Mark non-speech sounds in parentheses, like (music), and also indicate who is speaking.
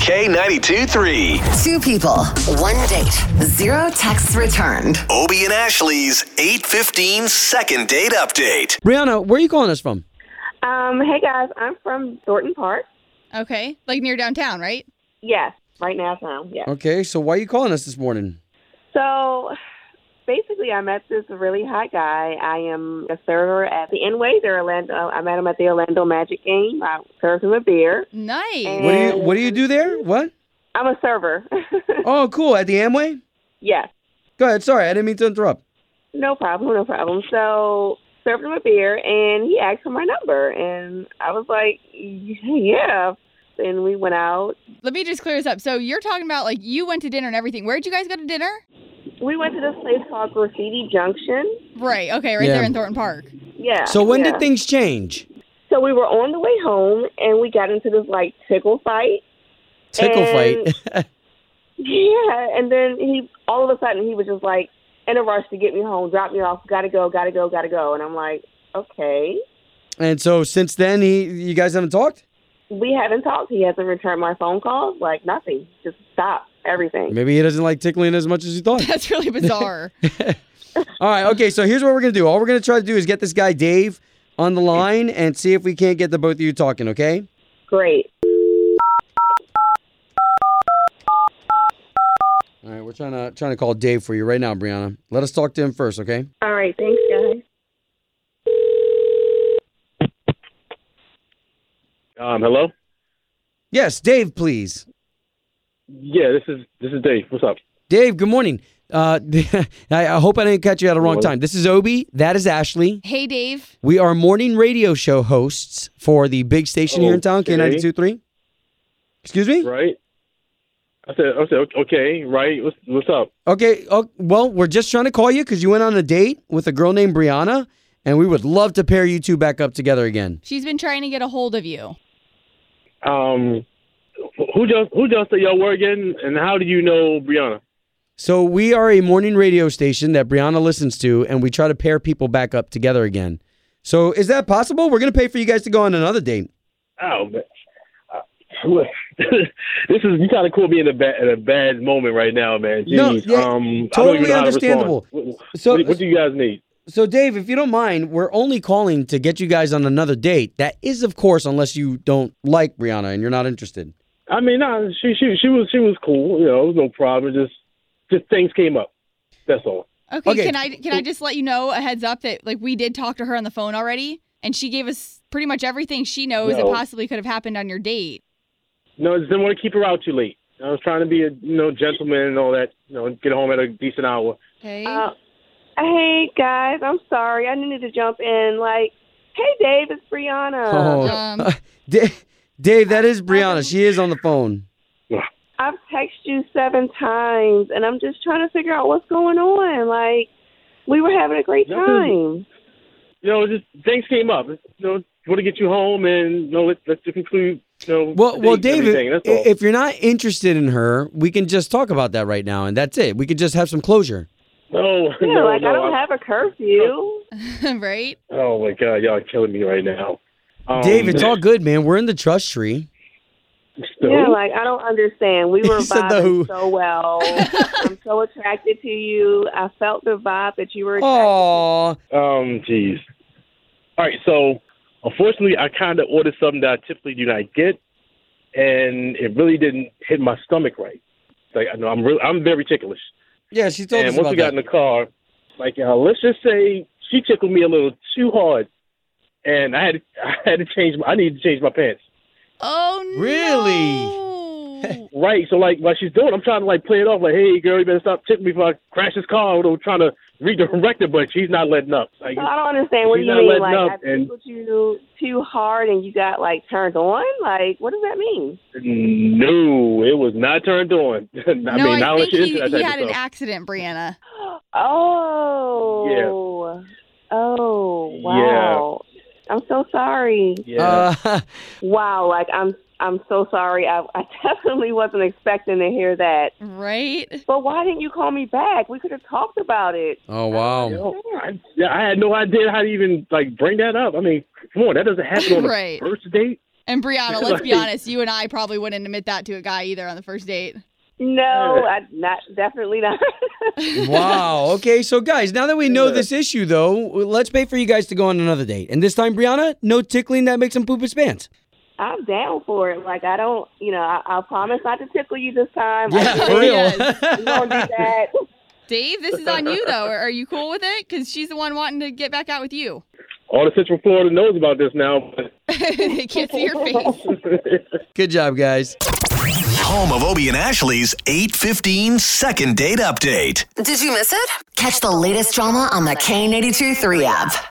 Speaker 1: K92 3.
Speaker 2: Two people, one date, zero texts returned.
Speaker 1: Obie and Ashley's 815 second date update.
Speaker 3: Brianna, where are you calling us from?
Speaker 4: Um, hey guys, I'm from Thornton Park.
Speaker 5: Okay, like near downtown, right?
Speaker 4: Yes, right now so yeah.
Speaker 3: Okay, so why are you calling us this morning?
Speaker 4: So basically I met this really hot guy. I am a server at the N-Ways Orlando. I met him at the Orlando Magic game. I served him a beer.
Speaker 5: Nice.
Speaker 4: And
Speaker 3: What do you What do you do there? What?
Speaker 4: I'm a server. (laughs)
Speaker 3: Oh, cool. At the Amway.
Speaker 4: yes.
Speaker 3: Go ahead. Sorry, I didn't mean to interrupt.
Speaker 4: No problem, no problem. So served him a beer and he asked for my number and I was like, Yeah and we went out.
Speaker 5: Let me just clear this up. So you're talking about like you went to dinner and everything. Where'd you guys go to dinner?
Speaker 4: We went to this place called Graffiti Junction.
Speaker 5: Right. Okay, right
Speaker 3: Yeah.
Speaker 5: there in Thornton Park. (laughs)
Speaker 4: Yeah.
Speaker 3: So when
Speaker 4: yeah.
Speaker 3: did things change?
Speaker 4: So we were on the way home, and we got into this like tickle fight. (laughs)
Speaker 3: Tickle
Speaker 4: And-
Speaker 3: fight. (laughs)
Speaker 4: Yeah, and then he all of a sudden he was just like in a rush to get me home, drop me off, gotta go, gotta go, gotta go, and I'm like, okay.
Speaker 3: and so since then, he you guys haven't talked.
Speaker 4: We haven't talked. He hasn't returned my phone calls. Like nothing. Just stop everything.
Speaker 3: Maybe he doesn't like tickling as much as you
Speaker 4: (laughs)
Speaker 3: thought.
Speaker 5: That's really
Speaker 6: (laughs)
Speaker 5: bizarre.
Speaker 3: All right. Okay. So here's what we're gonna do. All we're gonna try to do is get this guy Dave on the line and see if we can't get the both of you talking. Okay.
Speaker 4: Great.
Speaker 3: All right. We're trying to trying to call Dave for you right now, Brianna. Let us talk to him first. Okay.
Speaker 4: All right. Thanks, guys.
Speaker 6: Um, hello.
Speaker 3: Yes, Dave. Please.
Speaker 6: Yeah, this is this is Dave. What's up?
Speaker 3: Dave, good morning. Uh, (laughs) I, I hope I didn't catch you at a wrong time. This is Obi. That is Ashley.
Speaker 5: hey, Dave.
Speaker 3: We are morning radio show hosts for the big station here in town,
Speaker 6: Okay.
Speaker 3: K92.3. Excuse me?
Speaker 6: Right? I said I said okay, okay. Right? What's what's up?
Speaker 3: Okay. Oh, well, we're just trying to call you because you went on a date with a girl named Brianna, and we would love to pair you two back up together again.
Speaker 5: She's been trying to get a hold of you.
Speaker 6: Um, who just who just said y'all were again? And how do you know Brianna?
Speaker 3: So we are a morning radio station that Brianna listens to, and we try to pair people back up together again. So is that possible? We're going to pay for you guys to go on another date.
Speaker 6: Oh, man. Uh, (laughs) this is you kind of caught me in a bad in a bad moment right now, man. Jeez.
Speaker 3: No, yeah,
Speaker 6: um,
Speaker 3: totally
Speaker 6: I don't even know how to
Speaker 3: understandable.
Speaker 6: respond. What,
Speaker 3: So-
Speaker 6: what, what do you guys need?
Speaker 3: So, Dave, if you don't mind, we're only calling to get you guys on another date. That is, of course, unless you don't like Brianna and you're not interested.
Speaker 6: I mean, nah, she she she was she was cool. You know, it was no problem. Just just things came up. That's all.
Speaker 5: Okay,
Speaker 3: Okay.
Speaker 5: Can I can
Speaker 6: Oh.
Speaker 5: I just let you know a heads up that like we did talk to her on the phone already, and she gave us pretty much everything she knows that
Speaker 6: No.
Speaker 5: possibly could have happened on your date.
Speaker 6: No, I just didn't want to keep her out too late. I was trying to be a you know gentleman and all that. You know, get home at a decent hour.
Speaker 5: Okay.
Speaker 4: Uh, hey guys, I'm sorry. I needed to jump in. Like, hey Dave, it's Brianna.
Speaker 3: Oh,
Speaker 5: Um,
Speaker 6: Oh. (laughs)
Speaker 5: (laughs)
Speaker 3: (laughs) Da- Dave, that is Brianna. She is on the phone.
Speaker 4: I've texted you seven times, and I'm just trying to figure out what's going on. Like, we were having a great
Speaker 6: Nothing.
Speaker 4: time.
Speaker 6: You know, just things came up. You know, want to get you home and you know, let let's just conclude. You know,
Speaker 3: Well,
Speaker 6: the
Speaker 3: well,
Speaker 6: date and
Speaker 3: Dave,
Speaker 6: everything.
Speaker 3: if,
Speaker 6: that's all.
Speaker 3: if you're not interested in her, we can just talk about that right now, and that's it. We could just have some closure.
Speaker 6: no,
Speaker 4: Yeah,
Speaker 6: (laughs) no,
Speaker 4: like
Speaker 6: no,
Speaker 4: I don't
Speaker 6: I'm-
Speaker 4: have a curfew.
Speaker 5: right.
Speaker 6: Oh my God, y'all are killing me right now. Um,
Speaker 3: Dave, it's all good, man. We're in the trust tree.
Speaker 6: (laughs) so-
Speaker 4: Yeah, like I don't understand.
Speaker 6: (laughs)
Speaker 4: We were
Speaker 3: He said the who.
Speaker 4: vibing so well. I'm so attracted to you. I felt the vibe that you were. attracted
Speaker 3: Aw.
Speaker 6: Um, jeez. All right, so unfortunately, I kind of ordered something that I typically do not get, and it really didn't hit my stomach right. Like I know I'm really, I'm very ticklish,
Speaker 3: Yeah, she told
Speaker 6: and
Speaker 3: us
Speaker 6: once
Speaker 3: about
Speaker 6: we got
Speaker 3: that.
Speaker 6: in the car, like uh, let's just say she tickled me a little too hard, and I had to, (laughs) I had to change my I needed to change my pants.
Speaker 5: Oh no.
Speaker 3: Really?
Speaker 6: (laughs) Right, so like while she's doing, it, I'm trying to like play it off like, hey girl, you better stop tickling me before I crash this car. Or trying to redirected, but she's not letting up. Like,
Speaker 4: So I don't understand. What
Speaker 6: She's
Speaker 4: do you
Speaker 6: not
Speaker 4: mean?
Speaker 6: letting
Speaker 4: Like
Speaker 6: up
Speaker 4: I
Speaker 6: and-
Speaker 4: pickled you too hard and you got like turned on? Like what does that mean?
Speaker 6: (laughs) no, it was not turned on. (laughs) I mean,
Speaker 5: no,
Speaker 6: not
Speaker 5: I
Speaker 6: unless
Speaker 5: think
Speaker 6: you're
Speaker 5: he,
Speaker 6: into that
Speaker 5: he
Speaker 6: type
Speaker 5: had
Speaker 6: of
Speaker 5: an
Speaker 6: stuff.
Speaker 5: accident, Brianna.
Speaker 4: Oh. Oh wow. I'm so sorry.
Speaker 6: yeah.
Speaker 3: Uh, (laughs)
Speaker 4: Wow. Like I'm. I'm so sorry. I, I (laughs) definitely wasn't expecting to hear that.
Speaker 5: Right?
Speaker 4: But why didn't you call me back? We could have talked about it.
Speaker 3: oh wow.
Speaker 6: Yo, I, yeah, I had no idea how to even like bring that up. I mean, come on, that doesn't
Speaker 5: (laughs)
Speaker 6: happen on
Speaker 5: Right.
Speaker 6: a first date.
Speaker 5: And Brianna, let's be
Speaker 6: Right.
Speaker 5: honest, you and I probably wouldn't admit that to a guy either on the first date.
Speaker 4: No, I not definitely not. (laughs)
Speaker 3: (laughs) Wow. Okay, so guys, now that we know this issue though, let's pay for you guys to go on another date. And this time, Brianna, no tickling that makes him poop his pants.
Speaker 4: I'm down for it. Like I don't, you know, I, I promise not to tickle you this time.
Speaker 3: Yeah, for (laughs)
Speaker 4: We
Speaker 3: real.
Speaker 4: don't do that.
Speaker 5: Dave, this is on you though. Are you cool with it? Because she's the one wanting to get back out with you. (laughs)
Speaker 6: All the Central Florida knows about this now. But
Speaker 5: they can't see your face.
Speaker 3: Good job, guys.
Speaker 1: Home of Obie and Ashley's 815 second date update.
Speaker 2: Did you miss it? Catch the latest drama on the K82 3 app.